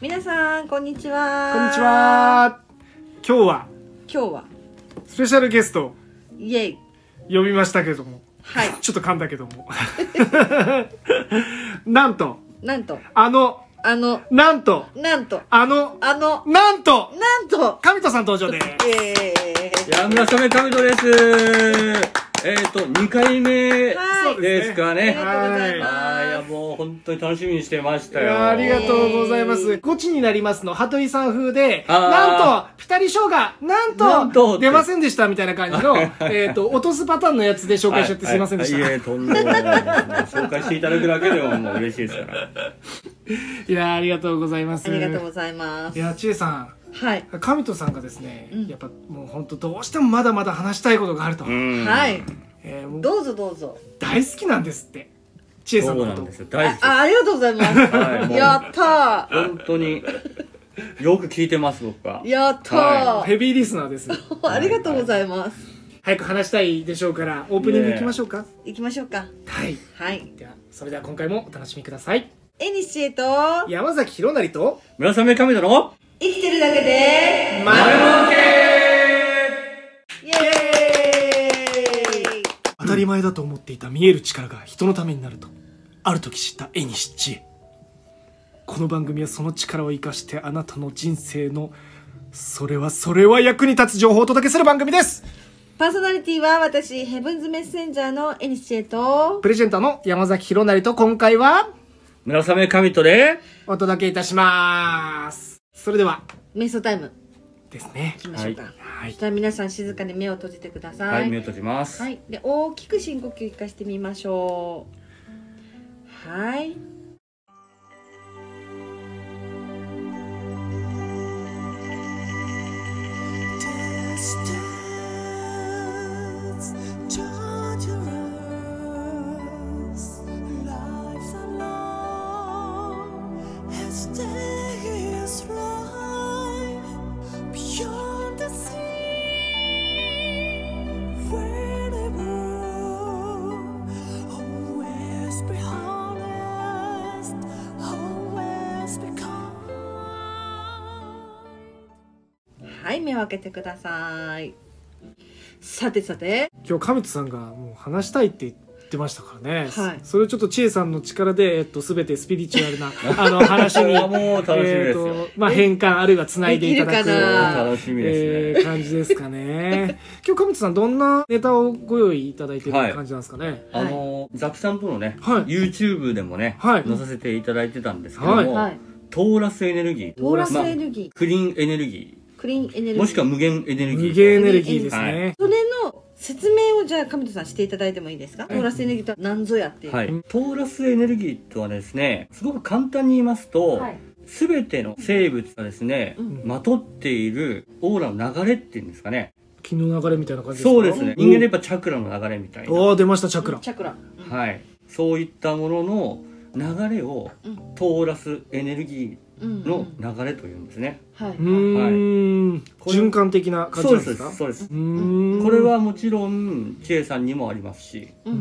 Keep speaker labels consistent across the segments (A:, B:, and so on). A: 皆さんこんにちは
B: こんにちは今日は
A: 今日は
B: スペシャルゲストを
A: イエイ
B: 呼びましたけれども
A: はい
B: ちょっと噛んだけども なんと
A: なんと
B: あの
A: あの
B: なんと
A: なんと
B: あの
A: あの
B: なんと
A: なんと
B: 神田さん登場です
A: イエーイ
C: や村雨カミトです。えっ、ー、と、2回目
A: はい
C: ですか
A: あり
C: ね。
A: がとうござい
C: あーいや、
A: ま
C: もう本当に楽しみにしてまし
B: い
C: たよ。
B: やありがとうございます。ゴチになりますの、鳩井さん風で、
C: あー
B: なんと、ピタリ賞が、なん
C: なん
B: と、
C: と
B: 出ませんでしたみたいな感じ の、えっと、落とすパターンのやつで紹
C: はい。
B: 介しちゃってすいませんでした。
C: はいはいいえ、とんでもない。紹介していただくだけでももう嬉しいですから。
B: いやあありがとうございます。
A: すありがとうございま
B: い
A: す
B: やちえさん、
A: はい
B: 神戸さんがですね、
A: うん
B: やっぱもう本当どうしてもまだまだ話したいことがあると、
C: うん
A: はい
B: えーもう
A: どうぞどうぞ
B: 大好きなんですってちえさ
C: そ
B: ん
C: う
B: の
C: な
B: こ
C: ん
B: と
C: ですよ。大好きです
A: あありがとうございます
C: はいもう
A: やった
C: 本当に、よく聞いてます、僕は
A: ー。やったー、
C: は
B: ヘビーリスナーです
A: ありがとうございます、
B: 早く話したいでしょうからオープニングいきましょうか、
A: 行きましょうか
B: はい
A: はい
B: ではそれでは今回もお楽しみください
A: えにしえと
B: 山崎弘成と
C: 村雨カミトの
A: 生きてるだけで
B: まる
A: イエーイ
B: 当たり前だと思っていた見える力が人のためになるとある時知った絵にし知恵この番組はその力を生かしてあなたの人生のそれはそれは役に立つ情報をお届けする番組です
A: パーソナリティは私、ヘブンズメッセンジャーのエニシエと、
B: プレゼンターの山崎弘成と今回は
C: 村雨カミトで、
B: お届けいたしますそれでは
A: 瞑想タイム
B: ですね
A: いきましょうか。
C: は
B: はい
A: じゃあ皆さん静かに目を閉じてくださ。
C: はいい、目を閉じます。
A: はい。で、大きく深呼吸いかしてみましょう。はい。
D: Beyond the sea, wherever, always be honest, always be kind.
A: はい、目を開けてください。さてさて、
B: 今日神戸さんがもう話したいって言ってましたからね、
A: はい
B: それをちょっと千恵さんの力で、えっと、全てスピリチュアル なあの話に
C: いやもう楽しみですよ
B: えっとまあ、変換あるいはつないでいただく
A: できるかな
C: 楽しみ
B: え
C: で
B: ー
C: すね。
B: 感じですか ね今日上地さんどんなネタをご用意いただいてる
C: はい
B: 感じなんですかね、
C: あの、ザキさんとのね、
B: はい
C: YouTube でもね、
B: はい
C: 載させていただいてたんですけども、
A: はい。
C: トーラスエネルギー。
A: トーラスエ
C: ま
A: ネルギ
C: あクリーンエネルギ
A: ー、クリーンエネルギ
C: ー。
A: ー。
C: もしくは無限エネルギー。
B: 無限エネルギーですね、
A: それの説明をじゃあ、神戸さんしていただいてもいいですか、トーラスエネルギーとは何ぞやっていう。
C: はい。トーラスエネルギーとはですね、すごく簡単に言いますと、
A: はい
C: すべての生物がですね、
A: うん
C: まとっているオーラの流れっていうんですかね。
B: 気の流れみたいな感じですか
C: そうですね。人間で言えばチャクラの流れみたいな。
B: おおー出ましたチャクラ
A: チャクラ。
C: はい。そういったものの流れを、
A: うん
C: トーラスエネルギ
A: うん
C: ーの流れというんですね。
A: はいう
B: ーん、
C: これ
B: 循環的な感じ
C: そう
B: な
C: で、
B: んですすか
C: そうです。
B: うーん
C: これはもちろん、千恵さんにもありますし、
A: う
B: うん
A: ん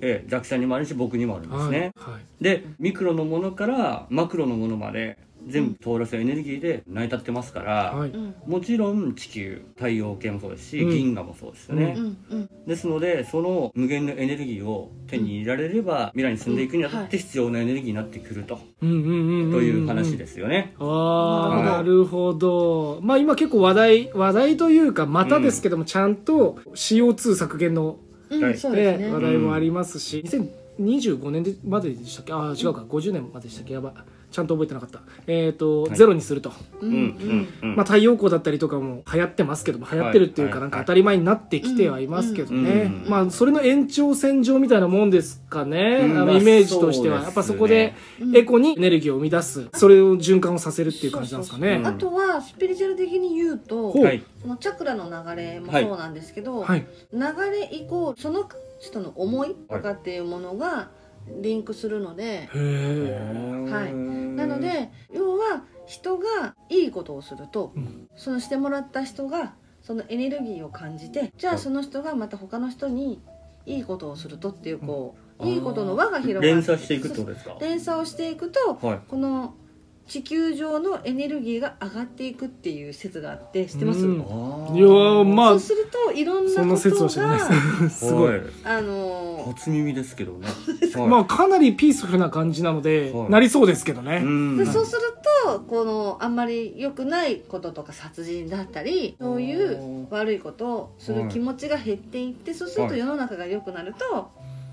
C: ええ、ザキさんにもあるし、僕にもあるん
B: う
C: で
B: ん
C: す
B: はい
C: ね。
B: はい
C: でミクロのものからマクロのものまで全部トーラスエネルギーで成り立ってますから、
B: はい
A: うん
C: もちろん地球太陽系もそうですし、
B: うん
C: 銀河もそうですよね、
A: うんうん
C: ですのでその無限のエネルギーを手に入れられれば未来に進んでいくにあたって必要なエネルギーになってくると、
B: うんうんうんんん
C: という話ですよね、
B: ああ
C: はい
B: なるほどまあ今結構話題話題というかまたですけどもちゃんと CO2 削減の
A: うん
C: はい
A: そうです
B: ね
A: ね
B: 話題もありますし2025年でまででしたっけああ違うか50年まででしたっけやばちゃんと覚えてなかったえっ、と、
C: はい
B: ゼロにすると、
A: う
C: うんうんうん
B: まあ、太陽光だったりとかも流行ってますけども流行ってるっていうか
C: はい
B: なんか
C: はい
B: 当たり前になってきてはいますけどね、
C: うんうん
B: まあそれの延長線上みたいなもんですかね、
C: うん
B: あ
C: ま
B: の
C: あ
B: イメージとしては、
C: そうですね
B: やっぱそこでエコにエネルギーを生み出すそれを循環をさせるっていう感じなんですか
A: そう
B: ね
A: そうそうあとはスピリチュアル的に言うと
B: ほう
C: はい
A: そのチャクラの流れもそうなんですけど、
B: はい
A: 流れイコールその人の思いとかっていうものがリンクするので、
B: へえ
A: はいなので要は人がいいことをすると、
B: うん
A: そのしてもらった人がそのエネルギーを感じてじゃあその人がまた他の人にいいことをするとっていうこう、いいことの輪が広がって
C: 連鎖していくってことですか
A: 連鎖をしていくと、
C: はい
A: この地球上のエネルギーが上がっていくっていう説があって知ってます、
B: うん
C: あ
B: いやーま
A: そ
B: あ
A: うするといろん
B: そん
A: な
B: な
A: こ
B: 説
A: と
B: は知らない
A: が
B: ですすごい、
C: は
A: あのー
C: 初耳ですけどね
B: ま
C: は
B: あかなりピースフルな感じなので、
C: はい
B: なりそうですけどね、
C: いうん
A: でそうするとこのあんまり良くないこととか殺人だったりそういう悪いことをする気持ちが減っていってそうすると
C: はい
A: 世の中が良くなると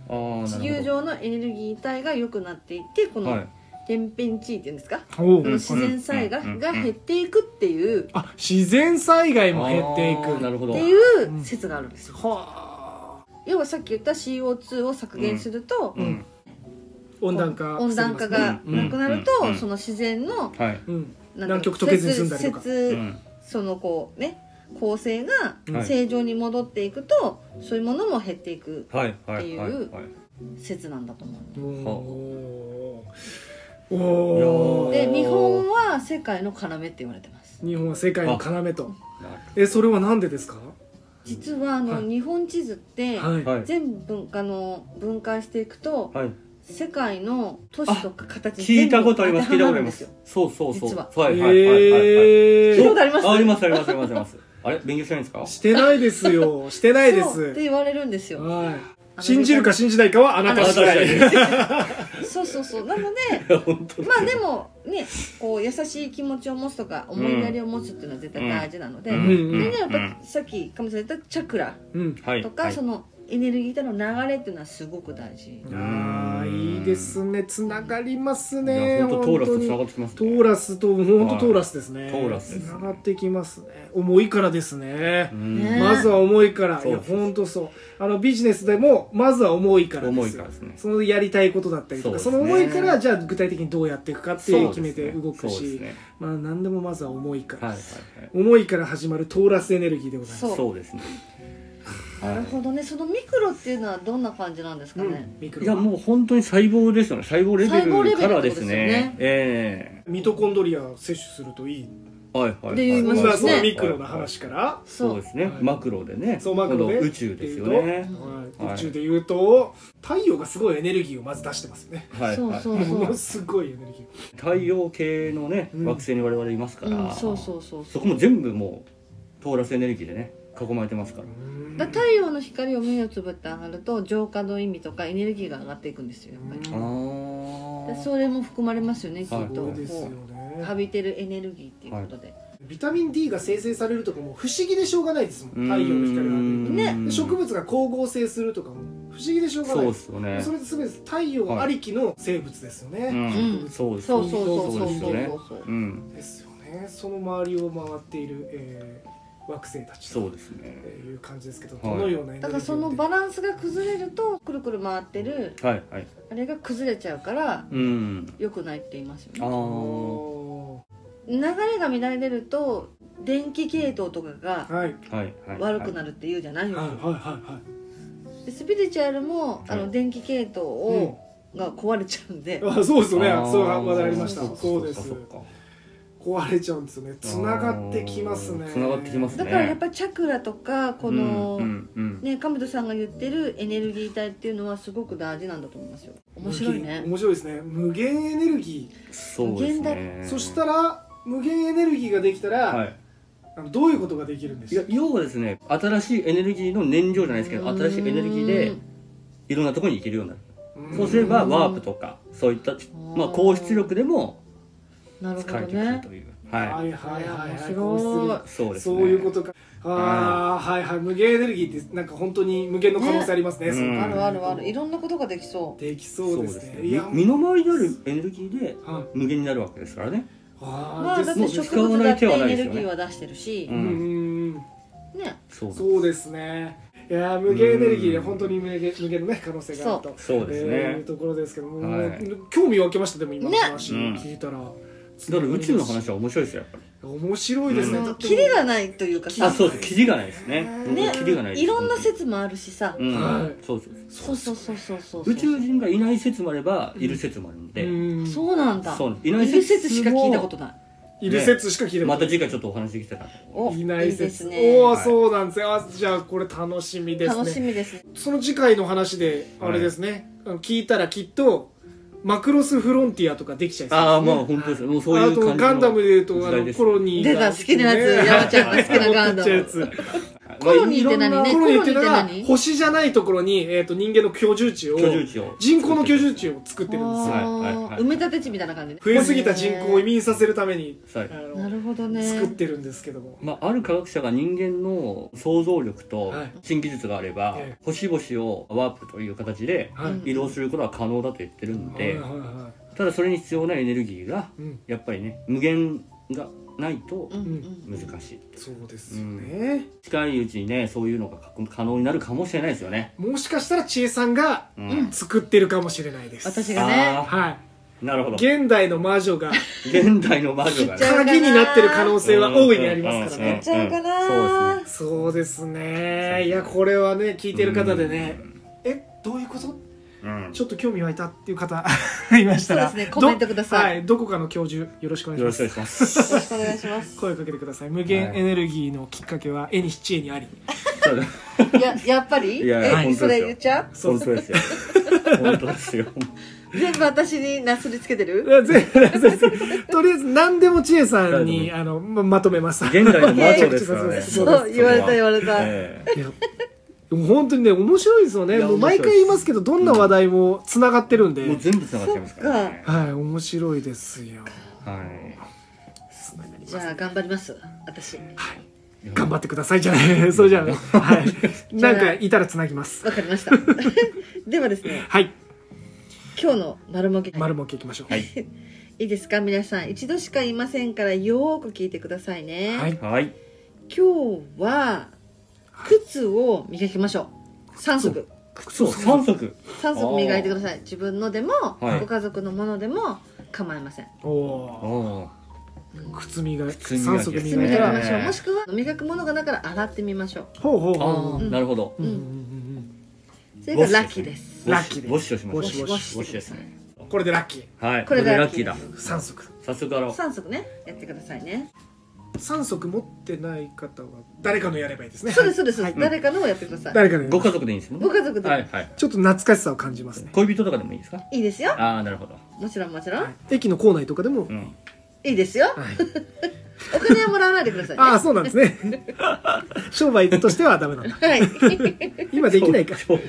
C: あーな
A: 地
C: る
A: 球
C: ほど
A: 上のエネルギー体が良くなっていってこ
C: は
A: の
C: い
A: 天変地異っていうんですか
B: おう
A: この自然災害が減っていくっていうっ
B: あ自然災害も減ってい
C: あー
B: く
C: なるほど
A: ていう説があるんですよ
B: はあ
A: 要はさっき言った CO2 を削減すると
C: う
B: うんん温暖化
A: 温暖化がなくなる
C: うんう
A: と
C: ん
A: その自然の
C: はい
B: うん
A: なん
B: 南
A: ていう
B: 極
A: の
B: 溶けずに済んだりとか
A: 節節
C: うん
A: そのこうね構成
C: は
A: が
C: い
A: 正常に戻っていくと、そういうものも減っていく
C: はいはいはい
A: っていう
C: はい
A: 説なんだと思う
B: おー
C: はあ
B: お
C: お
B: お
C: ー
A: で日本は世界の要って言われてます
B: 日本は世界の要と
C: なる
B: えそれはなんでですか
A: 実はあの、
B: はい
A: 日本地図って、
B: はい、
C: はい
A: 全部あの分解していくと、
C: はい
A: 世界の都市とか形
C: 聞いたことあります聞
A: 全部当てはまるん
C: いたことあり
A: で
C: ますす
A: よ
C: そうそうそう
A: 実は
C: はいはいはいはいはい
B: え
A: 聞いた
B: ー
A: ことあります
C: ありますありますありますありますあれ勉強してないんですか
B: してないで すよしてないで
A: そうって
B: す
A: 言われるんですよ
B: はい信じるか信じないかはあなた次
C: あなた
B: 第
C: 次
A: そうそうそうなので
C: 本当
A: まあでもねこう優しい気持ちを持つとか思いやりを持つっていうのは絶対大事なので、
B: ん
A: それでやっ
C: うん
A: ぱさっきかもしれないチャクラ
B: うん
C: はい
A: とか、
C: はい
A: そのエネルギーとの流れっていうのはすごく大事
B: あーいいですねつながります
C: い
B: ね
C: や本当トーラスと
B: 本
C: 繋
B: 当
C: が
B: に
C: ってきます
B: トーラスと本当
C: ね
B: トーラスですね、
C: トーラス
B: つ
C: です
B: ながってきますね重いからですね
C: う、ん
A: ね
B: まずは重いから、
C: そう
B: いや本当そうあのビジネスでもまずは重いからです
C: 重いからですね
B: そのやりたいことだったりとかそ,、
C: そうです
B: の
C: ね
B: 思いからじゃあ具体的にどうやっていくかっていう
C: そう
B: 決
C: で
B: め
C: す
B: て
C: ね
B: 動く
C: そうで
B: し、
C: すね
B: まあ何でもまずは重いから、
C: はいはいはい
B: 重いから始まるトーラスエネルギーでございます
A: そう
C: そうですね
A: なるほどねそのミクロっていうのはどんな感じなんですかね、
B: ミク
C: い
B: ロ
C: やもう本当に細胞ですよね細胞レ
A: 細胞レ
C: ベル
A: ベル
C: か
A: っ
C: ら
A: て
C: で
A: ことです
C: す
A: よ
C: ね
A: ね
C: え
B: ミトコンドリアを摂取するといい
C: えはいはいはい
A: って言いま
B: 今
A: すね
B: そのミクロの話から、
A: そ
C: そう
A: う
C: ですね
B: はい
C: マクロでね
B: そうマクロで
C: 今度宇宙ですよね
B: はい
C: はい
B: 宇宙で言うと太陽がすごいエネルギーをまず出してますよね
C: はい
A: そう
C: はい
A: そう
B: も
A: そう
B: のすごいエネルギ
C: 太陽系のね
B: うん
C: 惑星に我々いますか
A: うん
C: ら
A: そうそうそう
C: そ
A: そう
C: こも全部もうトーラスエネルギーでね囲まれてますから
B: ー
A: だから太陽の光を目をつぶって上がると浄化の意味とかエネルギーが上がっていくんですよやっぱり
B: うん
C: あ
A: だから
C: ー
A: それも含まれますよねきっと
C: はい
B: そう
A: こ
B: ですよ
A: う
B: ね
A: 浴びてるエネルギーっていうことで、
B: ビタミン D が生成されるとかも不思議でしょうがないですも
C: う
B: ん
C: ん
B: 太陽の光が浴びる
A: ね
B: とで植物が光合成するとかも不思議でしょうが
C: そ
B: な
C: う
B: い
C: で
B: です
C: すよね
B: それって全て太陽ありきの生物ですよ
C: う
B: ね、
A: うんん
C: そうです
A: そうそうそうそうそう
C: です
A: そ
C: よ
A: う
C: ね
A: そう
C: うん
B: ですよねその周りを回っている、えー惑星たち
C: そ
B: と
C: うですね
B: いう感じですけど、
C: い
B: どのようなエネルギー
A: だからその
B: を
A: バランスが崩れるとくるくる回ってる
C: はいはい
A: あれが崩れちゃうから
C: うん
A: 良くないって言いますよ
C: あ
A: ね
C: あ
B: お
A: 流れが乱れると電気系統とか
B: ー
A: が
B: はい
C: はいはい
A: 悪くな
C: る
A: るって言うじゃないよく、
B: はいは
A: でスピリチュアルもあ
C: は
A: の
C: い
A: 電気系統を、が壊れちゃうんで、
B: あそうですよね
C: あー
B: そう話題ありました
A: そう
B: そうです
C: そっか
B: 壊れちゃうんですよねつながってきますね
C: あー繋がってきます
A: だ
C: ね
A: からやっぱりチャクラとかこの、
C: うんうん
A: ね神門さんが言ってるエネルギー体っていうのはすごく大事なんだと思いますよ面白いね
B: 面白いですね無限エネルギ
C: そうです
A: 無
B: ー、
C: ね
B: そしたら無限エネルギーができたら、
C: はい
B: あのどういうことができるんで
C: い
B: しょ
C: や
B: う
C: 要はですね新しいエネルギーの燃料じゃないですけど新しいエネルギーで
A: うん
C: いろんなところに行けるようになる
B: ん
C: そうすればワープとかそういったまあ高出力でも
A: なるほ
C: 使え
A: ど
C: てくる
A: ね
C: という
B: は
C: はい
B: はいはいはい
A: 面白い
B: こうする
C: いそうです
B: そ
C: ね
B: ういうことかああはいはい無限エネルギーってなんか本当に無限の可能性ありますね
C: ね
B: その
C: うん
A: あるあるあるいろんなことができそう
B: できそうですねい
C: み
B: や
C: 身の回りにあるエネルギーで
B: はい
C: 無限になるわけですからね
B: あー
A: まあ
B: です
A: だっ
C: も
A: て
C: う
A: 植
C: 使わ
A: 物
C: な
A: だっ
C: い
A: て
C: 手は
A: エ
C: ない
A: ネ
C: です
A: ル
C: よね
A: ギーは出してるし
C: う
B: うんん
A: ね
C: そうです
B: そうですね。いやー無限エネルギーで本当に無限無限のね可能性があると
C: そうですね
B: えーいうところですけども、
C: はい
B: もう興味湧きましたでも今の
A: ね
B: 話
C: うん
B: 聞いたら、
C: だから宇宙の話は面白いですよやっぱり
B: 面白いですね。
A: そ
B: だ
A: の
B: って
A: キリがないというかさ
C: あそうですキリがないですね本当にキリがないです
A: いろんな説もあるしさ、
C: うん
B: はい
C: そうそうそ
A: そうそうそうそうそう
C: う宇宙人がいない説もあればいる説もあるので
B: うん
A: そうなんだ
C: そう
A: い
C: い
A: な
C: ないい説
A: 説しか聞いたことない
B: いる説しか聞いた
C: ま
B: ことな
C: た
B: い。
C: 次回ちょっとお話できたら
A: お
B: いない説。
A: ですね
B: おお、
C: はい
B: そうなんですよ。あじゃあこれ楽しみですね。
A: 楽しみです
B: その次回の話で
C: はい
B: あれですね、あの聞いたらきっとマクロスフロンティアとかできちゃいそう
C: ああまあ本当ですもうそういう
B: あと
C: 感じ
B: ガンダムでいうとあ
C: 時代
B: の
C: です
B: コロニー
A: 出た好きなやつ山ちゃんが好きなガンダム
B: 持ってっちゃう やつ
A: コロニーって何ね
B: コロニーっての
A: コロニー
B: が
A: って何
B: 星じゃないところに、えー、と人間の居住地を
C: 居住地を
B: 人工の居住地を作ってるんですよ
C: はいはいはい
A: あー埋め立て地みたいな感じね
B: 増えすぎた人口を移民させるために、
C: はい
B: あの
A: なるほどね
B: 作ってるんですけども
C: まあ、ある科学者が人間の想像力と
B: はい
C: 新技術があれば、
B: え
C: 星々をワープという形で
B: はい
A: うん
C: 移動することは可能だと言ってるん
B: はい
C: で、
B: はいは
C: ただそれに必要なエネルギーが
B: いうん
C: やっぱりね無限がないと
A: うんうん
C: 難しい、
B: そうですよね、
C: 近いうちにねそういうのが可可能になるかもしれないですよね、
B: もしかしたら千恵さんが
C: うん
B: 作ってるかもしれないです
A: 私がね
C: あ
B: は
C: あなるほ
B: い
C: ど
B: 現代の魔女が
C: 現代の魔女が
A: ちっちゃ
C: ね
A: い
B: 鍵になってる可能性は大いにありますから
C: うんうんうん
B: ね
A: ちゃうかな
C: そうですね
B: そうですねいやこれはね聞いてる方でねえどういうこと
C: うん
B: ちょっと興味湧いたっていう方 いましたら
A: そうですね
B: ど
A: コメントください
B: はい、どこかの教授よろしくお願いし
C: よ
B: ま
C: ろしく
B: す
C: お願いします
A: よろしくお願いします
B: 声をかけてください無限エネルギーのきっかけは絵に七恵にあり
C: そうだ
A: いややっぱり
C: いや
A: え
C: 本当です
A: そ
C: よ
A: れ言っちゃう
C: 本当ですよ本当ですよ
A: 全部私になすりつけてる
B: 全然全然とりあえず何でも千恵さんにあのままとめます
C: 現代の魔女ですからね。
B: そ
A: そう
B: うです
A: 言われた言われた、
C: え
B: いやでも本当にね面白いですよね
C: いや
B: もう毎回言いますけどどんな話題もつながってるんで、
C: えもう全部繋がっちゃいますから、ね。
B: はい面白いですよ
C: はい。
A: じゃあ頑張ります私
B: 頑張ってくださいじゃない そうじゃないはい
A: じゃあ
B: なんかいたらつなぎます
A: わかりました ではですね
B: はい
A: 今日の丸もげ
B: 丸もう一回いきましょう
C: はい
A: いいですか皆さん一度しか言いませんからよーく聞いてくださいね、
B: はい
C: はい。
A: 今日は靴を磨きましょう3足
C: そう、三足。
A: 3足磨いてください自分のでも、
C: はい
A: ご家族のものでも構いません
B: おお
C: おー
B: ー靴磨き
C: 靴磨き
B: 酸素で
A: 靴
B: 磨
A: 磨
B: い
A: き
B: て
A: ま
C: ね
A: しょうもしくは磨くものがだから洗ってみましょう
B: ほうほう
C: あ
B: ほ
C: ー
A: ん
C: なるほど
B: う。う
A: うんん
B: うんうん
A: それがラッキーです
C: ウォッ
B: ラッキ
C: シ
B: ー
C: ュ
B: で
C: ウォッシュをしましょう。
B: ウォッシュ
C: ウォッシュウォッシュですね。
B: うんこれでラッキー
C: はい。
A: これがラッキー
C: これ
B: 3足
C: 早速洗おう。
A: 3足ねやってくださいね
B: 3足持ってない方は誰かのやればいいですね
A: そうですそうです、
B: はい
A: 誰かのをやってください、
B: 誰かのやれば
C: ご家族でいいんですね。
A: ご家族で、
C: はい
A: い、
C: はい。
B: ちょっと懐かしさを感じますね
C: 恋人とかでもいいですか。
A: いですよ
C: ああ、なるほど。
A: もちろんもちろん、
B: 駅の構内とかでも
C: う、ん。
A: い、いですよ
B: はい、
A: お金はもらわないでくださいね
B: ああそうなんですね商売としてはダメなんだ
A: はい
B: 今できないか
C: 商売。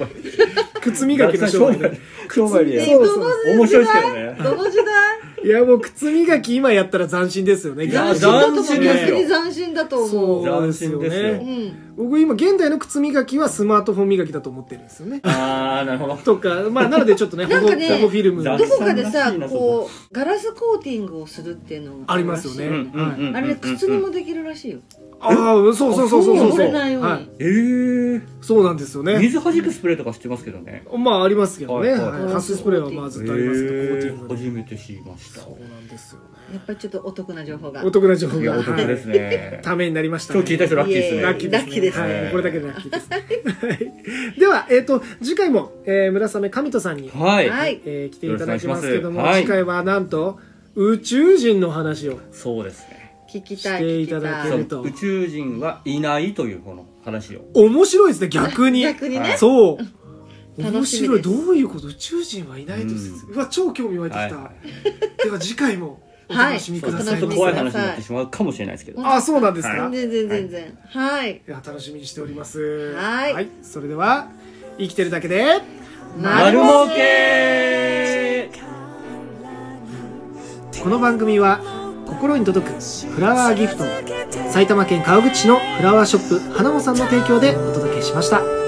B: 靴磨きの商売だ
C: 商売で。
B: そうそう
C: 面白いですけどね。
A: どの時代
B: いやもう靴磨き今やったら斬新ですよね
C: いや
A: 斬新だと思う逆に斬新だと思う
B: そうで
C: 斬
B: すよ
C: 新
B: ね
C: です
A: う
C: よ。
A: ん
B: 僕今現代の靴磨きはスマートフォン磨きだと思ってるんですよね
C: ああ、なるほど。
B: とかまあなのでちょっとね
A: なん
B: 保護
A: かね
B: 保護フィルム
A: ど
C: 斬
A: こかでさ
C: 斬新らしいな
A: こうガラスコーティングをするっていうのが
B: ありますよね
A: ら
C: う
A: しい
C: んうんうんうん。
A: あれ靴にもできるらしいよ
B: ああそうそうそうそうそう
A: 汚
B: そ
A: れ
B: う
A: ないよう
B: は
A: に
B: い
C: ええ。
B: そうなんですよね
C: 水弾くスプレーとかしてますけどね。
B: まあありますけどね
C: はいはい
B: はいハススプレーはまあずっとありますけどコーティング
C: 初
B: で
C: めて知りました
B: そうなんですよね
A: やっぱりちょっとお得な情報が
B: お得な情報
C: いや
B: が
C: お得です
B: はい
C: ね
B: ためになりましたね
C: 今日聞いた人ラッキーですね
B: ラッキーですね。
A: ラッキーです
C: ね
B: はいこれだけでラッキーです。はいでは、えっ、と、次回も、えー、村雨神人さんに、
C: はい、
A: はい
B: えー来ていただきますけども、
C: よろし
B: 次
C: くお
B: 回
C: 願
B: はなんと、宇宙人の話を。
C: そうですね
A: 聞きたい
B: して
A: 聞
B: い
A: き
B: ただ
A: た
B: け
C: そ
B: る
A: いう
C: う宇宙人はいないというこの話を
B: 面白いですね、逆に。
A: 逆にね
B: そう。面
A: 楽しみ
B: 白い。
A: です
B: どういうこと宇宙人はいないとす、う
C: う
B: わ、超興味湧いてきた。
C: は
B: では、次回もお楽しみ
C: そ
B: く
C: う
B: だ
C: です
B: さ
C: ね
B: いま
C: ちょっ
B: せ。
C: と怖い話になってしまうかもしれないですけど
B: あ、そうなんですか、
A: 全
B: い、
A: 然全然全然はい
B: や、楽しみにしております。
A: はい
B: はい。それでは、生きてるだけで、
C: 丸儲け
B: この番組は心に届くフラワーギフト埼玉県川口市のフラワーショップ花もさんの提供でお届けしました。